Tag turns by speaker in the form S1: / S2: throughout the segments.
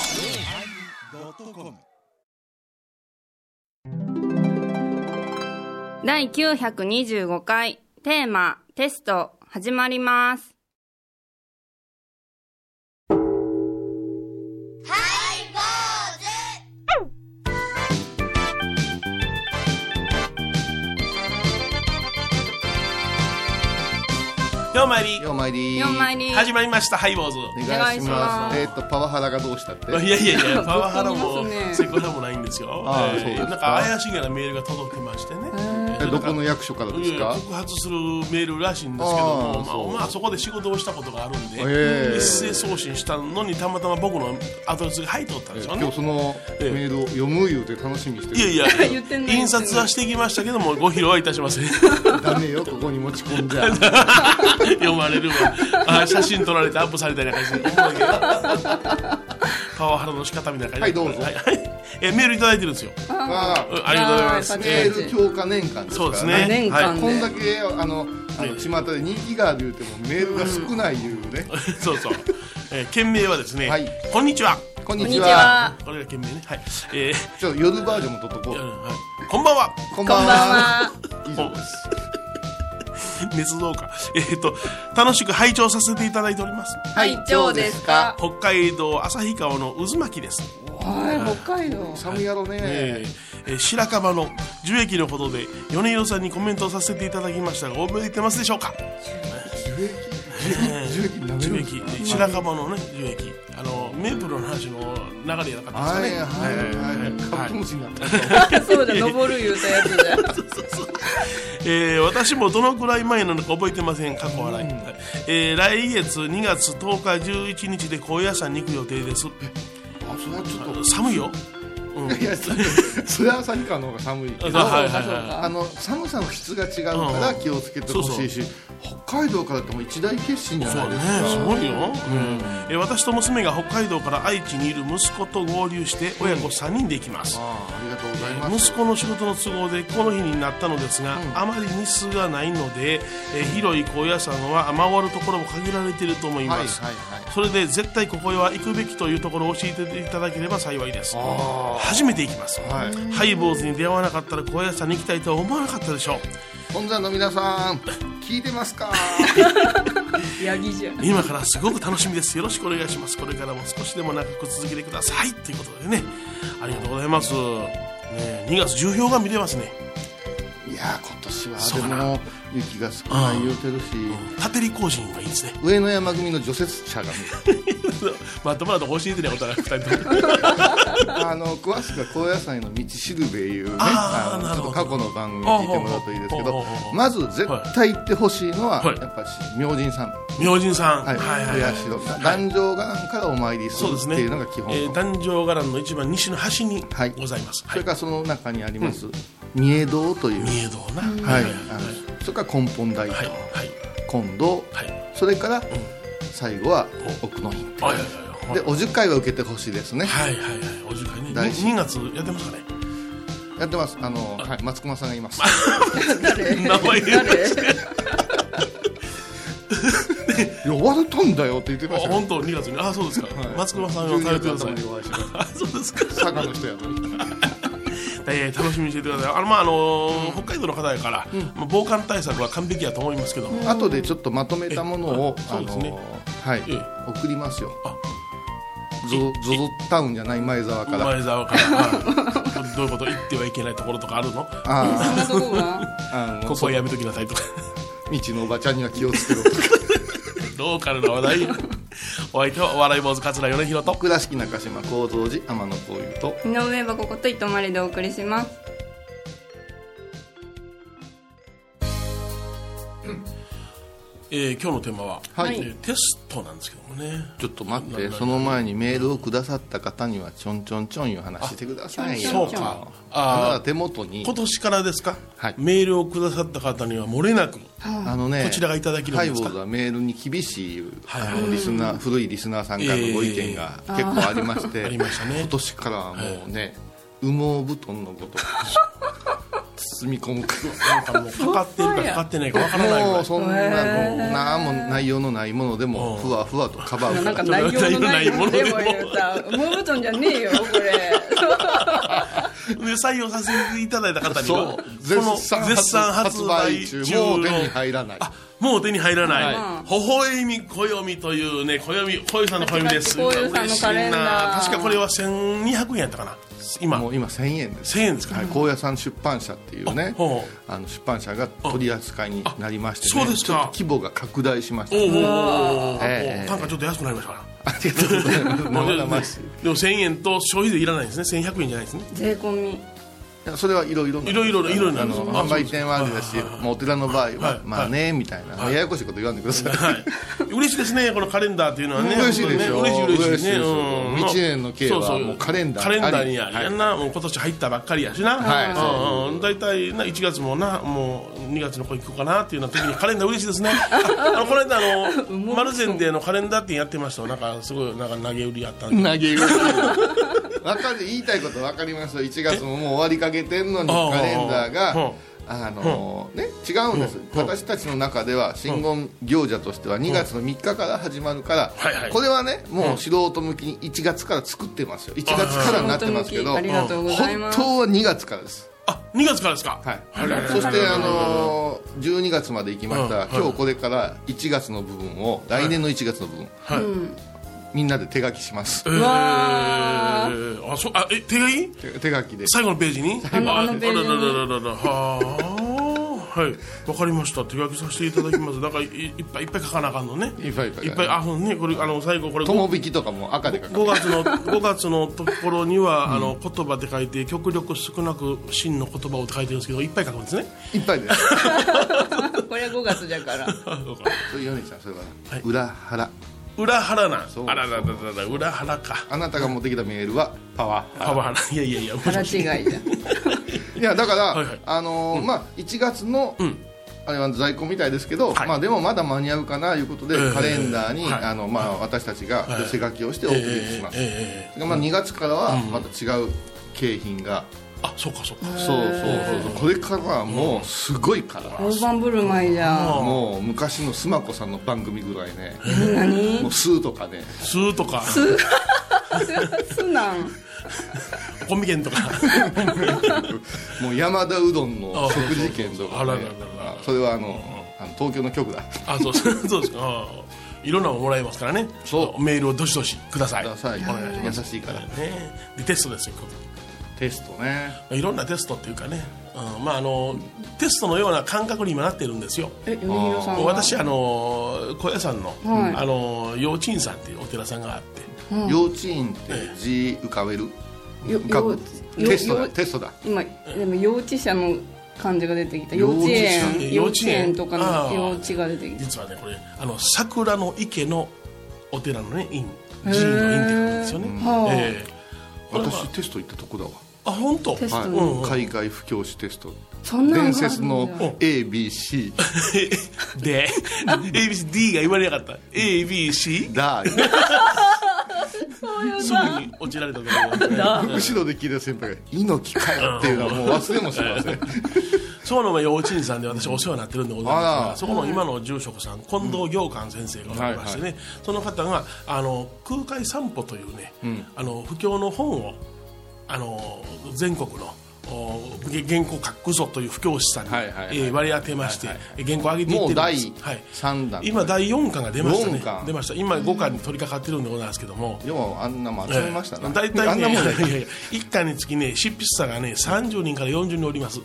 S1: yosmir
S2: 第925回テーマテスト始まります
S3: ようまいり
S4: ようまいりー
S2: 4枚入り
S3: 始まりましたハイボーズ
S4: お願いし
S2: お願
S4: ま
S2: いします
S4: すえっ、とパワハラがどうしたって
S3: いやいや いやパワハラ
S2: ぶっ
S3: も
S2: 込みます
S3: セクハラもないんですよ
S4: あー
S3: えー
S4: そうですか
S3: なんか怪しげなメールが届きましてね
S4: えどこの役所からで
S3: いや
S4: す
S3: いや
S4: か
S3: 告発するメールらしいんですけども
S4: あー
S3: まあ
S4: そう
S3: まあそこで仕事をしたことがあるんで、
S4: ええ
S3: 一斉送信したのにたまたま僕のアドレスが入っとったんですよ
S4: 今
S3: ね
S4: 日そのメールを読む言うて楽しみにしてる
S3: いやいや
S2: 言ってんの
S3: 印刷はしてきましたけどもご披露はいたしません
S4: ダメよここに持ち込んじ ゃ
S3: 読まれるわあー写真撮られてアップされたりなんかして思うけどパワハラの仕方みたいな感じで
S4: はいどうぞ
S3: はいえメールいただいてるんですよ
S4: あ
S3: うんありがとうございます
S2: あー
S4: メール強化年間ですか
S3: そ
S4: ら
S3: うです
S2: あ
S3: ね。
S2: 年間
S3: はい
S4: こんだけあのあの巷で人気がある言うてもメールが少ない言うね、
S3: そうそう。えー、件名はですね、
S4: はい
S3: こんにちは。
S4: こん
S2: こん
S4: に
S2: にち
S4: ちは
S2: は
S3: これが件名ね。はい。えー
S4: ちょっと夜バージョンも撮っとこ
S3: うん
S4: う
S3: はい、こんばんは。
S4: こ
S2: こ
S4: ん
S2: んば
S4: ば
S2: ん
S4: んは
S2: は
S4: 以上です
S3: 熱造か。えっ、と、楽しく拝聴させていただいております。
S2: はい長ですか
S3: 北海道旭川の渦巻きです。
S2: はい北海道
S4: 寒いやろね、
S3: えーえー白樺の樹液のほどで米広さんにコメントをさせていただきましたが覚えてますでしょうか
S4: 樹液樹液舐め
S3: 樹
S4: るんで
S3: 液
S4: すか
S3: 白樺のね樹液あのメープルの話の流れやなかった
S4: はい
S3: ですかね
S4: はいはいはいカブトムシになった
S2: そうだ登る言うたやつで
S3: えー私もどのくらい前なのか覚えてません過去笑い、えー来月2月10日11日で高野山に行く予定です
S4: あそれはちょっと
S3: 寒いよ、うん、
S4: いや、それそれは旭川の方が寒いけど、
S3: あはいはいはい
S4: あの寒さの質が違うから気をつけてほしいし、北海道からだってもう一大決心じゃ
S3: そ
S4: な
S3: う
S4: い
S3: ね
S4: ですすか。
S3: ごいよ、うんえー私と娘が北海道から愛知にいる息子と合流して親子3人で行きます、
S4: ああありがとうございます。
S3: 息子の仕事の都合でこの日になったのですが、あまり日数がないので、えー広い高野山は回るところも限られていると思い
S4: は
S3: ま
S4: いはい
S3: す、
S4: はい。
S3: それで絶対ここへは行くべきというところを教えていただければ幸いです
S4: あ
S3: 初めて行きます、
S4: あはい。
S3: ハイボーズに出会わなかったら小屋さんに行きたいとは思わなかったでしょう
S4: 本山の皆さん聞いてます か。
S2: ヤギじゃん
S3: 今からすごく楽しみですよろしくお願いしますこれからも少しでも長く続けてくださいということでねありがとうございます、ねえ、2月10票が見れますね
S4: いやー今年
S3: そう
S4: は
S3: か
S4: で
S3: な
S4: も雪が少ない言うてるし、
S3: 立てり工人はいいですね
S4: 上野山組の除雪車が見える
S3: まとまらと教えてねお互い2人とも
S4: あの詳しくは高野菜の道しるべいうね、
S3: あー
S4: の
S3: な
S4: ち
S3: る
S4: ょ
S3: ほ
S4: っと
S3: ど
S4: 過去の番組聞いてもらうといいですけ
S3: ほう
S4: ど
S3: ほうほうほう、
S4: まず絶対行ってほしいのは
S3: はい
S4: やっぱし明神さん。
S3: 明神さん
S4: はい、
S3: はいはい、
S4: 親代壇上がなんからお参りす
S3: そ
S4: る
S3: うで
S4: って
S3: すね
S4: いうのが基本、
S3: えー壇上伽藍の一番西の端に
S4: はい
S3: ございます、はい
S4: それからその中にあります、三重堂という、
S3: 三重堂な、
S4: はい
S3: はい
S4: あのそれから根本大堂、
S3: はいはい
S4: 金堂
S3: はい
S4: それから最後は奥の院
S3: はいはいはい
S4: でお十回は受けてほしいですね
S3: はいはいはいお時間に
S4: 大事
S3: 2月やってますかね
S4: やってますあの、はい、松隈さんがいます
S3: 名前言うの
S4: 呼ばれたんだよって言って
S3: あ
S4: ましたよ
S3: 本当2月にあそうですか、松隈さん
S4: 12
S3: を食べてくだ
S4: 月
S3: さい
S4: 頭にお会いしまし
S3: あそうですか、
S4: た佐賀の人やのに
S3: えー、楽しみにしていてくださいあのまああのー北海道の方やから、まあ、防寒対策は完璧やと思いますけども、
S4: 後でちょっとまとめたものを
S3: えあ
S4: あ
S3: そうですね
S4: のはい
S3: え
S4: 送りますよ
S3: あ
S4: ゾゾゾタウンじゃない前沢から
S3: 前沢から、はいどういうこと言ってはいけないところとかあるの
S4: あ
S2: そんなとこが
S4: ああの
S3: ここはやめときなさいとか
S4: 道のおばちゃんには気を つけろとか
S3: ローカルな話題お相手はお笑い坊主桂米宏と
S4: 倉敷中島幸三寺天野幸雄と
S2: 井上はここと糸まりでお送りします
S3: えー今日のテーマは、
S4: はい
S3: えーテストなんですけどもね
S4: ちょっと待ってその前にメールをくださった方にはちょんちょんちょんいう話してくださいよ
S3: そうか
S4: あな
S3: あ
S4: た手元に
S3: ー今年からですか、
S4: はい
S3: メールをくださった方には漏れなく
S4: あのね
S3: こちらがいただけるん
S4: ハ
S3: で
S4: イ
S3: すか
S4: ボーズはメールに厳しい
S3: はい
S4: あのリスナー古いリスナーさんからのご意見が結構ありまして
S3: ありましたね
S4: 今年からはもうね羽毛布団のごとく包み込む
S3: なんかもうかかってるかかかってないかわからないぐ
S4: も
S3: ら
S4: う
S3: い
S4: そんなもう何も内容のないものでもふわふわとカバー
S2: なんか
S4: する
S2: 内容のないものでも
S3: 内容のない
S2: 言うた羽毛布団じゃねえよこれ
S3: で採用させていただいた方には
S4: そ
S3: こ
S4: う
S3: の
S4: 絶賛
S3: 絶賛発
S4: 発売
S3: 売
S4: 中
S3: 中
S4: もう
S3: の
S4: 手に入らない
S3: あもう手に入らない、
S2: は
S3: 微笑み暦というね暦小遊さんの暦です
S2: 小遊さんのカレンダー
S3: 嬉しいな確かこれは1200円やったかな今
S4: もう今1000円です
S3: 1000円ですか、
S4: はい、高野山出版社っていうね
S3: あほう
S4: あの出版社が取り扱いになりまして、ね、
S3: あそうですか
S4: ちょっと規模が拡大しました
S3: おうおうおうおう
S4: ええ
S3: 単価ちょっと安くなりましたから
S4: ありがとうございます
S3: まあ
S4: 生
S3: で
S4: 々し い
S3: でも1000円と消費税いらないんですね1100円じゃないです ね
S2: 税込み
S4: いやそれはいろいろない
S3: いろいろいろいろな
S4: あ
S3: んです
S4: の
S3: あ
S4: 販売店はあれだしもうお寺の場合は、
S3: はい
S4: まあねみたいな、ややこしいこと言わんでください、
S3: はい、嬉しいですね、このカレンダーというのはね、
S4: 嬉しいでしょ
S3: 本当にね嬉しい、嬉しいね、
S4: 嬉しいでしょ
S3: うん
S4: 一年の計は
S3: そそ
S4: もうカレンダー
S3: カレンダーにあ
S4: あり
S3: り、やんな、もう今年入ったばっかりやしな、
S4: はい
S3: うんうん大体な1月もな、もう2月の子行こうかなっていうような時に、カレンダー嬉しい ですね、ああのこの間あの、マルゼンでのカレンダー店やってましたよなんかすごいなんか投げ売りやったんで、
S4: 投げ打つ わかる言いたいこと分かりますよ1月ももう終わりかけてんのに
S3: ああ
S4: カレンダー
S3: ああ
S4: があのね違うんです私たちの中では新言行者としては2月の3日から始まるから
S3: はいはい
S4: これはねもう素人向きに1月から作ってますよ1月からになってますけど
S2: ありがとうござい
S4: 本
S2: ます
S4: 当は2月からです
S3: あ2月からですか、
S4: はい、そして、あのー12月まで行きました、
S3: うん
S4: 今日これから1月の部分を来年の1月の部分、
S3: はい
S4: みんなで手書きします、
S3: えー
S2: わ
S3: あそあえ手がいい
S4: 手手書きで
S3: 最後のページに
S2: のあのページに
S3: あららららららはあはいわかりました手書きさせていただきますなんかいいっぱいいっぱい書かなあかんのね
S4: いっぱいいっぱい
S3: いっぱいあほんねこれあの最後これ
S4: 友引きとかも赤で書く
S3: 5月の5月のところには、あの言葉で書いて極力少なく真の言葉をって書いてるんですけどいっぱい書くんですね
S4: いっぱいです
S2: これは5月じゃから
S4: ヨネちゃんそれは、裏腹
S3: 裏腹なん
S4: そう
S3: あららららら裏腹か
S4: あなたが持ってきたメールはパワー
S3: パワハラいやいやいや
S2: 腹違いじゃん
S4: いやだから、
S3: はいはい
S4: あのーまあ1月の、あれは在庫みたいですけど、
S3: はい
S4: まあでもまだ間に合うかないうことで、
S3: ええ
S4: カレンダーに、
S3: はい
S4: あのまあ私たちが寄せ書きをしてお送りします、
S3: え
S4: それからまあ2月からはまた違う景品が、
S3: ーあそうかそうか
S4: そうそうそうそうこれからはもうすごいから、
S2: 大盤振る舞いじゃん
S4: もう昔の須磨子さんの番組ぐらいね、
S2: 何
S4: もう「スー」とかね
S3: スーとか
S2: すなん
S3: コミケンとか
S4: もう山田うどんの食事券と
S3: あ
S4: か
S3: らら
S4: ね
S3: らら
S4: あそれはあのあの東京の局だ
S3: あそう そうそうですかあーいろんなのもらえますからね
S4: そう
S3: メールをどしどしください
S4: ください優しいから
S3: ね、でテストですよこ
S4: テストね
S3: こいろんなテストっていうかね、うんまあ、あのテストのような感覚に今なってるんですよ
S2: え米広さんは
S3: 私あの小屋さんの,、
S2: はい
S3: あの幼稚園さんっていうお寺さんがあって
S4: 幼稚園って字浮かべる
S2: よ
S4: 浮かぶ
S2: よ
S4: テスト
S2: よ
S4: だテストだ
S2: 今でも幼稚者の漢字が出てきた
S4: 幼
S2: 幼
S4: 稚
S2: 稚
S4: 舎
S2: 園
S3: 幼
S2: 幼
S3: 稚
S2: 稚
S3: 園
S2: 園とか
S3: あ
S2: の
S3: ー
S2: 幼稚が出てきた
S3: 実はねこれあの桜の池のお寺のね院寺院の院って書くんですよね、
S2: はあ
S3: ええこれは
S4: 私テスト行ったとこだわ
S3: あ本当
S2: テスト
S4: はい海外不教師テスト
S2: そんなのがある
S4: 伝
S2: んだ
S4: 説の ABC
S3: で ABCD が言われなかった ABC
S4: だ
S3: すぐに落ちられたところがあってね
S4: 後ろで聞いた先輩が「猪木かよ」っていうのはもう忘れもしません
S3: そこの幼稚園さんで私お世話になってるんでございます
S4: あ
S3: が
S4: ら
S3: そこの今の住職さん近藤行官先生がおられましてね、
S4: は
S3: その方があの空海散歩というね、あの布教の本をあの全国のおげ原稿書くぞという布教師さんに、
S4: はいはいはい
S3: えー割り当てまして、え原稿上げていって
S4: も
S3: る
S4: うん
S3: です
S4: 第3弾
S3: はい、今第4巻が出ましたね
S4: 四巻
S3: 出ました今5巻に取り掛かってるんでございますけども、
S4: でもあんなもん集めましたな、
S3: 大体
S4: あん
S3: ね
S4: なもんだ
S3: いやいやいや 一家につきね執筆者がね30人から40人おります、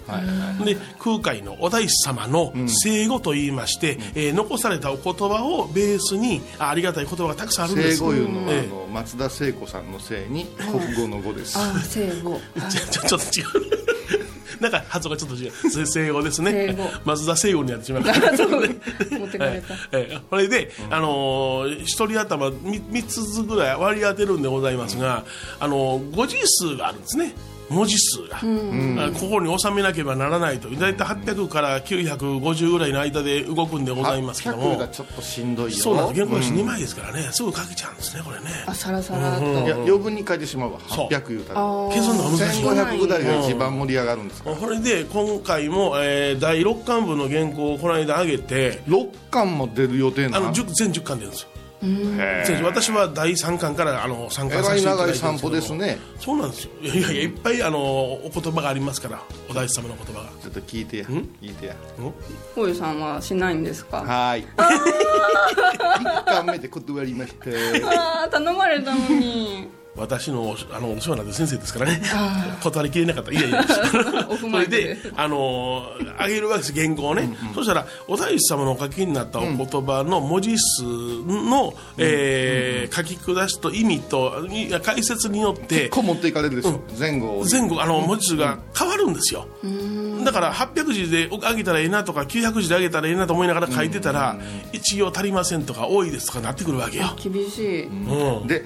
S3: で空海のお大師様の生後と言いまして、えー残されたお言葉をベースにあありがたい言葉がたくさんあるんで
S4: 聖
S3: す
S4: 語いうのは、
S3: え
S4: あの松田聖子さんの聖に国語の語です、
S2: ああ聖母
S3: えちょちょちょっと違う なんか発音がちょっと違うせ生後です
S2: 生
S3: ね
S2: 後
S3: 松田生後になってしまった
S2: あそう持ってか れた
S3: ええこれで、あのー一人頭み三つずつぐらい割り当てるんでございますが、あのー、誤字数があるんですね。文字数が、あここに収めなければならないと大体800から950ぐらいの間で動くんでございますけど
S4: 800
S3: も
S4: がちょっとしんどいよ
S3: そうなんです原稿用紙2枚ですからね、すぐ書けちゃうんですねこれね
S1: あさらさらっと、
S4: いや余分に書いてしまうわ
S3: そう
S4: 800言うたら
S1: あ
S3: 計算のが難しい
S4: 1500ぐらいが一番盛り上がるんですから
S3: それで今回も、えー第6巻分の原稿をこの間上げて
S4: 6巻も出る予定
S3: あ
S4: な
S3: の
S4: の
S3: 10全10巻出るんですよ
S4: へー
S3: 全10私は第3巻からあの参
S4: え
S3: 加さ
S4: ら
S3: せて
S4: い
S3: いただい
S4: 長
S3: て
S4: い散歩ですね
S3: そうなんですよいやいやいやいっぱいあのお言葉がありますからお大師様の言葉が
S4: ちょっと聞いてや聞いてや
S2: こういうさんはしないんですか
S4: はーい1巻目で断りまして
S2: ああ頼まれたのに
S3: 私のあのお世話になってる先生ですからね断りきれなかったいやいや
S2: オフ
S3: そ
S2: マ
S3: れ
S2: イクで
S3: であのあげるわけです原稿をねそしたらお大師様のお書きになったお言葉の文字数の、えー書き下しと意味といや解説によって
S4: こう持っていかれるでしょ前後を
S3: 前後あの文字数が変わるんですよだから800字で上げたらええなとか900字で上げたらええなと思いながら書いてたら一行足りませんとか多いですとかなってくるわけよ、
S2: 厳しい
S3: うん
S4: で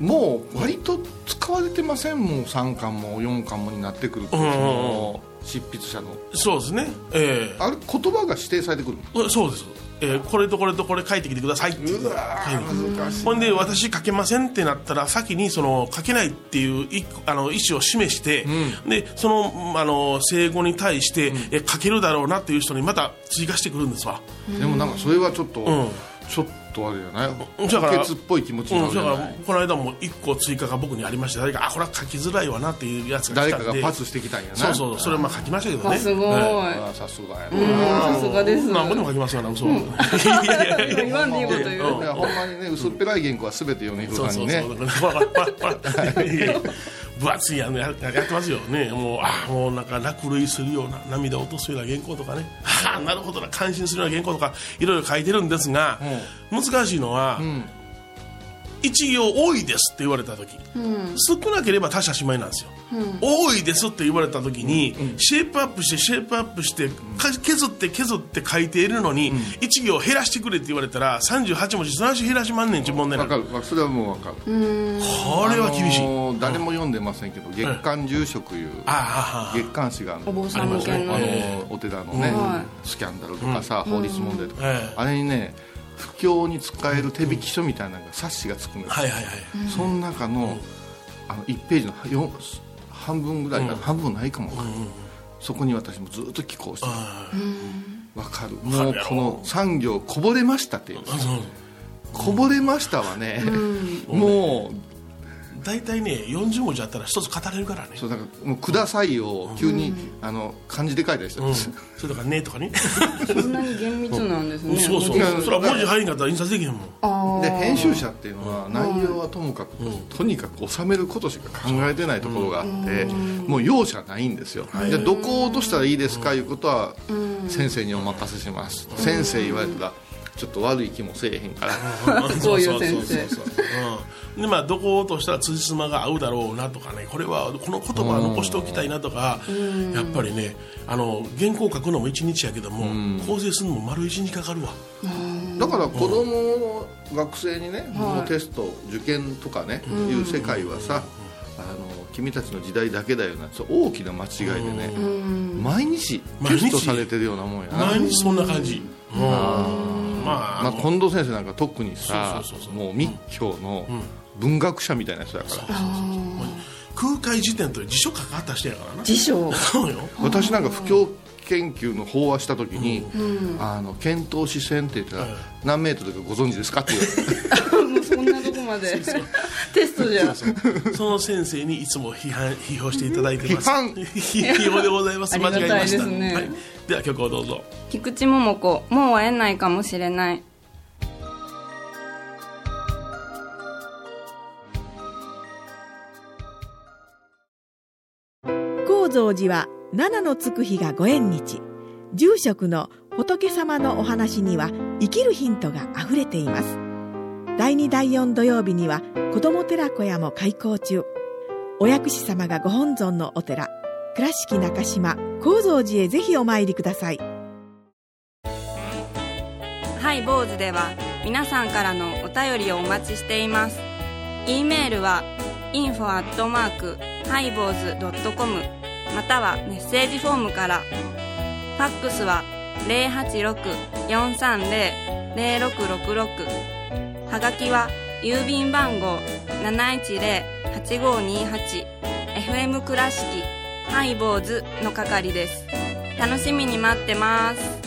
S4: もう割と使われてませんもう3巻も4巻もになってくると
S3: んうんうん
S4: その執筆者の
S3: そうですねええ
S4: あれ言葉が指定されてくる
S3: そうです、ええこれとこれとこれ書いてきてくださいっていうはい
S4: 難し
S3: ほんで私書けませんってなったら先にその書けないっていういあの意思を示して、でそのうんあの生後に対して、え書けるだろうなっていう人にまた追加してくるんですわ、
S4: いでもなんかそれはちょっと、
S3: ん
S4: ちょっとあれじゃない
S3: うんだから
S4: 補欠っぽい気持ちに
S3: う、
S4: なんるじ
S3: だ
S4: ゃ
S3: か
S4: な
S3: ら
S4: い
S3: この間も1個追加が僕にありまして誰かあこれは書きづらいわなっていうやつが
S4: 誰
S3: 来たん
S4: か
S3: で
S4: がパスしてきたんやな
S3: そうそうそれはまあ書きましたけど
S2: あ
S3: ね
S2: すごい
S3: は
S4: ああさすがやな、
S2: さすがです
S3: い何個でも書きますよな嘘、いやいやいや
S2: 言わんでいいこと言う
S4: いやほんまにね薄っぺらい原稿は全て米
S3: そ
S4: 広
S3: う
S4: さん
S3: そ
S4: に
S3: う
S4: ね
S3: そうほらほらほらほら分厚いやのややってますよねもうあもうなんか落雷するような涙を落とすような原稿とかねはあなるほどな感心するような原稿とかいろいろ書いてるんですが、難しいのは、一行多いですって言われた時、少なければ他者しまいなんですよ、多いですって言われた時に、シェイプアップしてシェイプアップしてか削って削って書いているのに、一行減らしてくれって言われたら38文字その話減らしまんねん自分で
S4: わかるわそれはもうわかる
S3: これは厳しい、
S4: あのー誰も読んでませんけど月刊住職いう
S3: ああ
S4: 月刊誌がある
S2: お
S4: の
S2: 坊さん向け
S3: あり
S2: の
S3: ますね
S4: あのお寺のね、
S2: は
S4: スキャンダルとかさ、法律問題とか、
S3: ええ
S4: あれにね不況に使える手引き書みたいなのが冊子がつくんです、
S3: はいはいはい、
S4: その中の,、あの1ページのよん半分ぐらいが、半分ないかもわかんないそこに私もずっと寄稿してわかるも
S3: か
S4: う
S3: るやろ
S4: この産業こぼれましたっていうこぼれましたはね、もう
S3: 大体ね40文字あったら一つ語れるからね
S4: そうなんかもうくださいを急に、あの漢字で書いたりしてるん
S3: う
S4: で
S3: ん、
S4: す、
S3: それとかねとかね
S2: そんなに厳密なんですね
S3: そうそう
S4: いや
S3: それは文字入んかったら印刷できへんもん
S2: あ
S4: で編集者っていうのは内容はともかく、とにかく収めることしか考えてないところがあって、もう容赦ないんですよ、じゃあどこを落としたらいいですかいうことは先生にお任せします、先生言われたらちょっと悪い気もせえへんから、
S2: そういう先生
S3: そうそうそうそううんでまあどこを落としたら辻褄が合うだろうなとかねこれはこの言葉は残しておきたいなとかやっぱりねあの原稿書くのも1日やけども構成するのも丸1日かかるわ
S4: だから子供を学生にね、もうテスト受験とかね、いう世界はさあの君たちの時代だけだよなそう大きな間違いでね、毎日テストされてるようなもんやな
S3: 毎日そんな感じうんまあ
S4: まあ、近藤先生なんか特にさ
S3: そうそうそうそう
S4: もう密教の文学者みたいな人だから、
S3: 空海辞典という辞書書かった人やからな
S1: 辞書
S3: そうよ
S4: 私なんか不況研究の法話した時に「あの検討視線」って言ったら「何メートルかご存知ですか?」って言わ
S2: も
S4: れて
S2: う そんなとこまで テストじゃ
S3: その先生にいつも批判批評していただいてます。
S4: 批判
S3: 批評でございま す。
S2: ありが
S3: 間
S2: たい
S3: 違えました。
S2: ですね
S3: はい、では曲をどうぞ。
S2: 菊池桃子もう会えないかもしれない
S5: 高蔵寺は七のつく日がご縁日住職の仏様のお話には生きるヒントがあふれています第2第4土曜日には子ども寺小屋も開校中お薬師様がご本尊のお寺倉敷中島・高蔵寺へぜひお参りください
S2: ハイボーズでは皆さんからのお便りをお待ちしています。e メールは info ハイボーズドットコムまたはメッセージフォームからファックスは086-430-0666はがきは郵便番号 710-8528FM 倉敷ハイボーズの係です楽しみに待ってます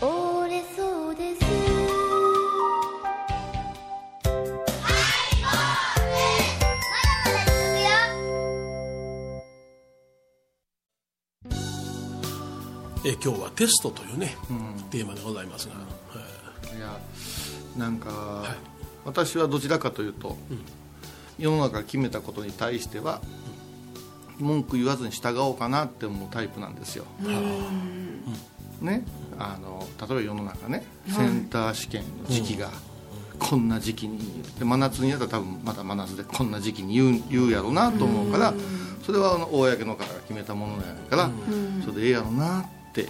S1: 折れそうです
S3: え今日はテストというね、テーマでございますが、
S4: いやなんか、私はどちらかというと、世の中が決めたことに対しては、文句言わずに従おうかなって思うタイプなんですよ。ねあの例えば世の中ねセンター試験の時期が、こんな時期にで真夏にやったら多分また真夏でこんな時期に言う言うやろうなと思うから、それはあの公の方が決めたものやから、それでええやろうなって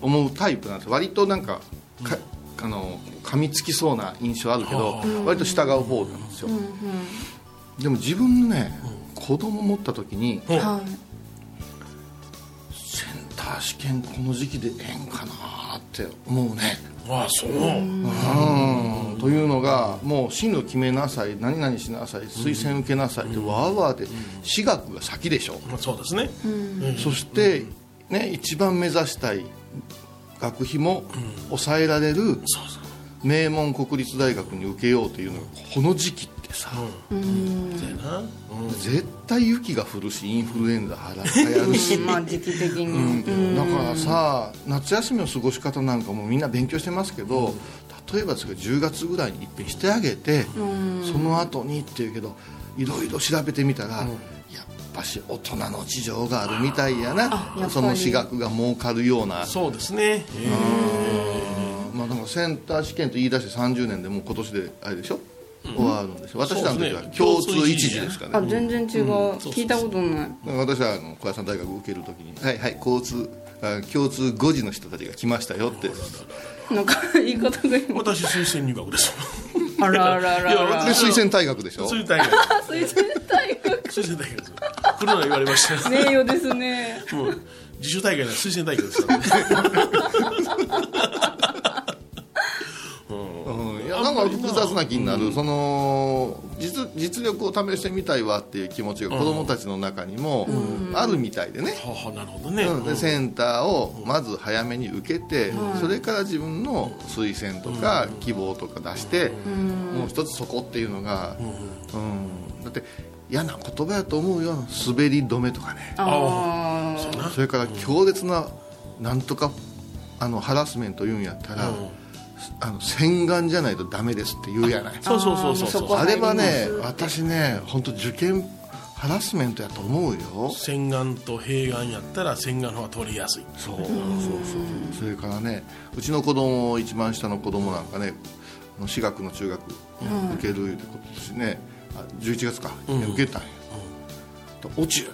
S4: 思うタイプなんです割となんかかあの噛みつきそうな印象あるけど、割と従う方なんですよ、でも自分ね、子供持った時に、
S3: はい
S1: は
S4: センター試験この時期でええんかなって思うね
S3: ああそう、
S4: うんというのがもう進路決めなさい何々しなさい推薦受けなさいってわーわーで私学が先でしょ、
S3: まあ、そうですね、
S4: そして、ね、一番目指したい学費も抑えられる
S3: そうそう
S4: 名門国立大学に受けようというのがこの時期ってさ、
S3: そうやな、
S4: 絶対雪が降るしインフルエンザはら流行る し、
S2: まあ時期的に、
S4: だからさ夏休みの過ごし方なんかもみんな勉強してますけど、例えばですけど10月ぐらいにいっぺんしてあげて、その後にっていうけどいろいろ調べてみたら、やっぱし大人の事情があるみたいやなその私学が儲かるような
S3: そうですね、えー
S4: まあ、なんかセンター試験と言い出して30年でもう今年であれでしょ、終わるんでしょ私らの時は
S3: そうですね
S4: 共通一次ですから
S2: あ
S4: ね
S2: 全然違う、聞いたことない
S4: 私はあの小屋さん大学受ける時にはいはい交通あ共通5時の人たちが来ましたよって
S2: なんか言い方が今
S3: 私推薦入学 です
S2: あらあらあらあ
S3: いや
S4: で
S2: ら
S4: 推薦大学でしょ
S3: 推薦大学
S2: 推薦大学
S3: 推薦大学です来るのは言われま した、
S2: 名誉ですね
S3: もう自主大会なら推薦大会 ですからね
S4: うんいやなんか複雑な気になる、その実実力を試してみたいわっていう気持ちが子供たちの中にもあるみたいでね、
S3: はあはあなるほどね、
S4: うんでセンターをまず早めに受けて、それから自分の推薦とか希望とか出して、もう一つそこっていうのが、うんだって嫌な言葉やと思うよ滑り止めとかね
S2: あ
S3: そうやな
S4: それから強烈ななんとかあのハラスメント言うんやったら、あの洗顔じゃないとダメですって言うやない
S3: そうそうそうそう
S2: そ
S3: そ
S2: こ
S3: う
S4: あれはね私ね本当受験ハラスメントやと思うよ
S3: 洗顔と併願やったら洗顔の方が取りやすい
S4: そうそうそうそれからねうちの子供一番下の子供なんかねあの私学の中学受けるってことですね、あ11月か、受けたんや、落ち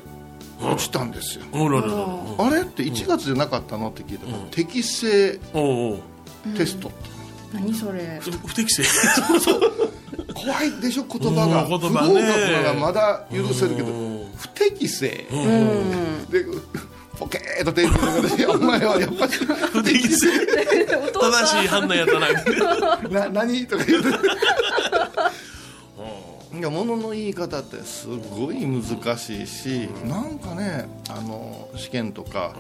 S4: 落ちたんですよ、
S3: おらららら
S4: あれって1月じゃなかったのって聞いたら、適正
S3: おうおう
S4: テストって、
S2: 何それ
S3: 不不適正
S4: 怖いでしょ言葉が
S3: うん言
S4: 不
S3: 葉
S4: 合
S3: ね
S4: 格ならまだ許せるけど不適正でポケーっと手つけてくれてお前はやっぱり
S3: 不適正
S2: お父
S3: 正
S2: さん
S3: しい判断や ったな
S4: な何とか言うていや物の言い方ってすごい難しいし、なんかねあの試験とか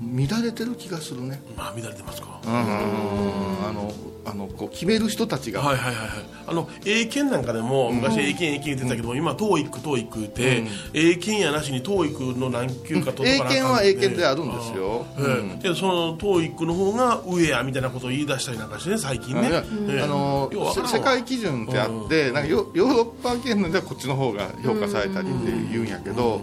S4: 乱れてる気がするね、
S3: まあ乱れてますか
S4: うん、あのあのこう決める人たちが、
S3: はいはいはいはいあの英検なんかでも昔英検英検言ってたけども今 TOEIC TOEIC 言って英検やなしに TOEIC の何級か取っ
S4: 英
S3: とかなあ
S4: 検
S3: かんっ
S4: は
S3: て
S4: 英検であるんですよ、
S3: ええでその TOEIC の方が上やみたいなことを言い出したりなんかしてね最近ね
S4: いや
S3: ええ
S4: あの
S3: ようわからんわ
S4: せ世界基準ってあって、なんかヨヨーロッパ圏内ではこっちの方が評価されたりって言うんやけど、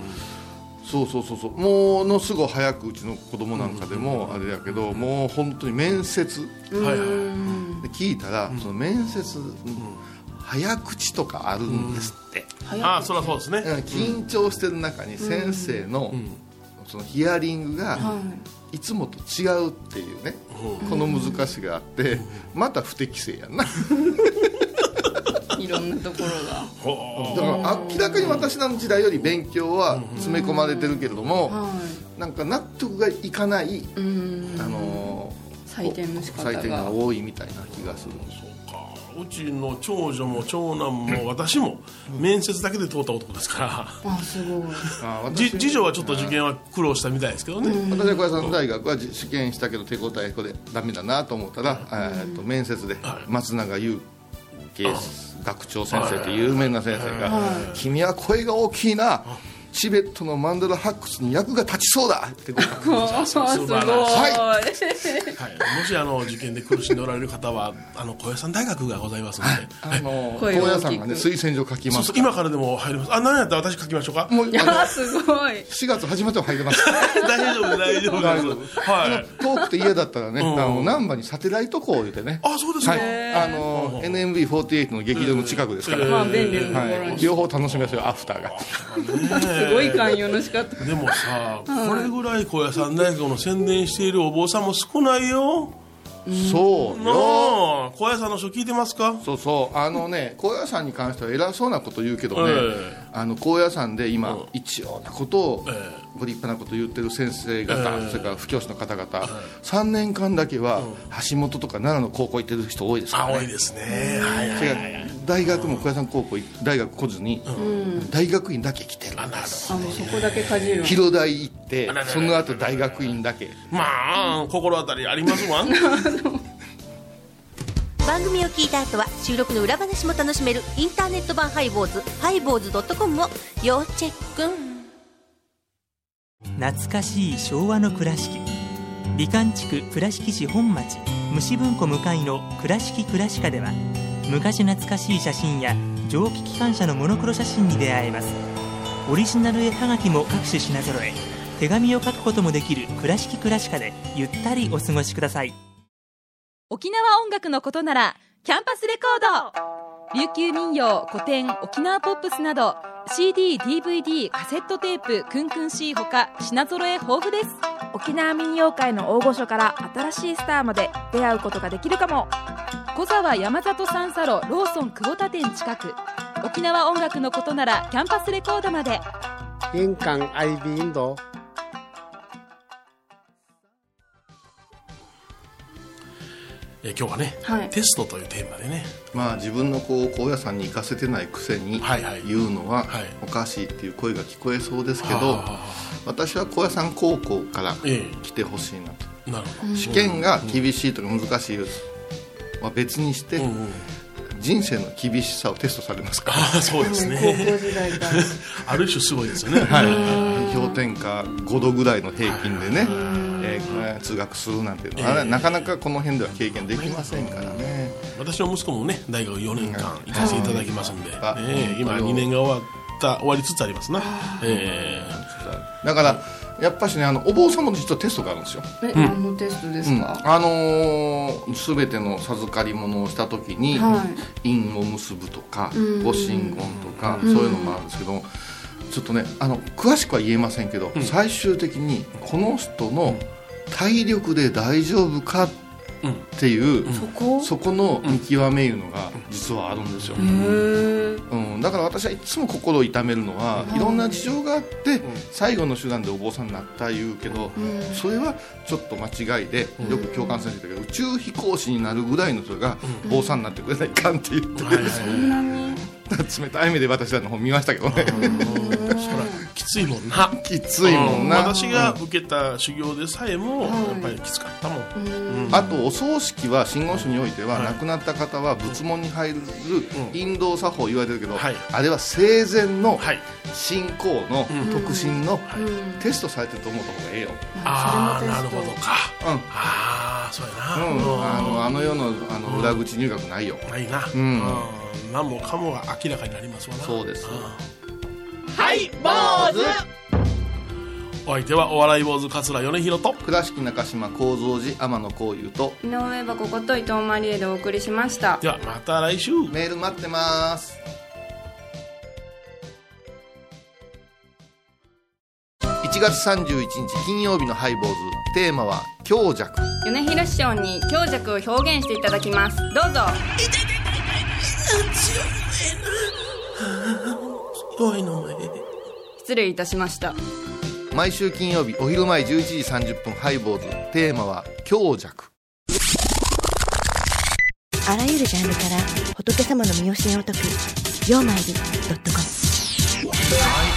S4: そうそうそうそうものすごい早くうちの子供なんかでもあれやけど、もう本当に面接
S3: はいはいはい
S4: で聞いたら、その面接、早口とかあるんですって、
S3: ああそりゃそうですね
S4: 緊張してる中に先生の、そのヒアリングが
S2: はい
S4: つもと違うっていうね、この難しさがあってまた不適正やんなだ
S2: い、いろんなところが
S4: から明らかに私らの時代より勉強は詰め込まれてるけれども
S2: は
S4: なんか納得がいかない、
S2: いうん
S4: あのー
S2: 採点の仕方が
S4: 採点が多いみたいな気がする
S3: そうかうちの長女も長男も私も面接だけで通った男ですから
S2: あすごい
S4: あー
S3: じ
S4: 私
S3: 次女はちょっと受験は苦労したみたいですけどね、
S4: 私は小屋さん大学はじ試験したけど手応えこれダメだなと思ったら、えーっと面接で松永優慶学長先生という有名な先生が「君は声が大きいなチベットのマンダラ発掘に役が立ちそうだ」ってこ う
S2: あすごい
S3: 晴
S4: ら
S3: はい、もしあの受験で苦しんでおられる方はあの小屋さん大学がございますので、
S4: あの高
S2: 声が大きく
S4: 野さんがね推薦状書き
S3: そ
S4: ま
S3: う
S4: す
S3: そう今からでも入りますあ何やったら私書きましょうか
S4: もうあの
S2: あすごい
S4: 4月始まっても入れます
S3: 大丈夫大丈
S4: 大
S3: 夫
S4: 丈
S3: ですはい
S4: 遠くて嫌だったらね、
S3: ん
S4: あの難波にサテライト校を言ってね、
S3: あそうですか、
S4: はい、あの NMB48 の劇場の近くですから、
S2: まあ便利なところ
S4: は
S2: に、
S4: い、両方楽しみますよアフターが
S2: すごい寛容の仕方
S3: でもさ、これぐらい小屋さん大学の宣伝しているお坊さんも少ないよ
S4: そう
S3: な
S4: よ
S3: あ小屋さんの書聞いてますか
S4: そうそうあのね高野山に関しては偉そうなこと言うけどね、
S3: え
S4: あの高野山で今、一様なことを、
S3: え
S4: ご立派なこと言ってる先生方、
S3: ええ
S4: それから布教師の方々、3年間だけは、橋本とか奈良の高校行ってる人多いですから
S3: 青
S4: ね
S3: いですねはいはい
S4: それから大学も高野山高校大学来ずに、大学院だけ来てる
S3: あなるほ
S2: あもうそこだけかじる
S4: 広大行って
S3: あららら
S4: その後大学院だけ
S3: どまあ心当たりありますわん
S1: 番組を聞いた後は収録の裏話も楽しめるインターネット版ハイボーズハイボーズドットコムを要チェック
S6: 懐かしい昭和の倉敷美観地区倉敷市本町虫文庫向かいの「倉敷倉敷科」では昔懐かしい写真や蒸気機関車のモノクロ写真に出会えますオリジナル絵はがきも各種品揃え手紙を書くこともできる「倉敷倉敷科」でゆったりお過ごしください
S7: 沖縄音楽のことならキャンパスレコード琉球民謡古典沖縄ポップスなど CDDVD カセットテープクンクン C ほか品揃え豊富です
S8: 沖縄民謡界の大御所から新しいスターまで出会うことができるかも
S7: 小沢山里三佐路ローソン久保田店近く沖縄音楽のことならキャンパスレコードまで
S9: 玄関アイビーインド
S3: え今日はね、
S2: はい
S3: テストというテーマでね
S4: まあ自分の子を高野山に行かせてないくせに
S3: はいはい
S4: 言うのは
S3: はい
S4: おかしいっていう声が聞こえそうですけ
S3: はあ
S4: ど
S3: はあは
S4: 私は高野山高校から
S3: え
S4: 来てほしいなと
S3: えなるほ
S4: 試験が厳しいとか難しいは別にして
S3: ど、うんうん、
S4: 人生の厳しさをテストされますか
S3: ああそうです
S2: 高
S3: ね
S2: 校時代から
S3: ある種すごいですよね、
S4: ら、はい、氷点下5度ぐらいの平均でね、えー通学するなんていうのはなかなかこの辺では経験できませんからね。
S3: 私の息子もね大学4年間行かせていただきますんで、
S4: はい
S3: ええ今
S4: はい
S3: 2年が終わった終わりつつありますな、え
S4: だからやっぱしねあのお坊さんも実はテストがあるんですよ、
S2: え何のテストですか、
S4: あのー、全ての授かり物をした時に
S2: は
S4: 印、を結ぶとか御神言とか、そういうのもあるんですけどちょっとねあの詳しくは言えませんけど、最終的にこの人の体力で大丈夫かっていう、
S2: そこ
S4: そこの見極めいうのが実はあるんですよ、うん、だから私はいつも心を痛めるのは、いろんな事情があって、最後の手段でお坊さんになった言うけど、それはちょっと間違いで、よく教官先生が宇宙飛行士になるぐらいの人が坊さんになってくれないかんって言っ
S3: え
S4: て、
S3: はいはい
S4: 冷たい目で私らの方見ましたけどね
S3: そらきついもんな
S4: きついもんな、
S3: うん私が受けた修行でさえもやっぱりきつかったもん、
S4: あとお葬式は真言宗においては、亡くなった方は仏門に入る引導作法言われてるけど、
S3: はい
S4: あれは生前の
S3: はい
S4: 信仰の特進の
S2: ん
S4: テストされてると思った方がええよ、
S3: ああなるほどか
S4: うん
S3: ああそうや
S4: う、
S3: な、うんん
S4: あのあの世のあの裏口入学ないよ、
S3: ないな、うんん、何もかもが明らかになりますわな
S4: そうです
S3: はい坊主お相手はお笑い坊主桂米宏と
S4: 倉敷中島幸三寺天野幸雄と
S2: 井上はここと伊藤マリエでお送りしました
S3: ではまた来週
S4: メール待ってます
S10: 1
S4: 7月31日金曜日のハイボーズテーマは「強弱」
S2: 米広師匠に強弱を表現していただきますどうぞ
S3: 怖いの前で
S2: 失礼いたしました
S4: 毎週金曜日お昼前11時30分ハイボーズテーマは「強弱
S5: あらゆるジャンルから仏様の身教えを解く「曜マイルドットコム」」
S4: 「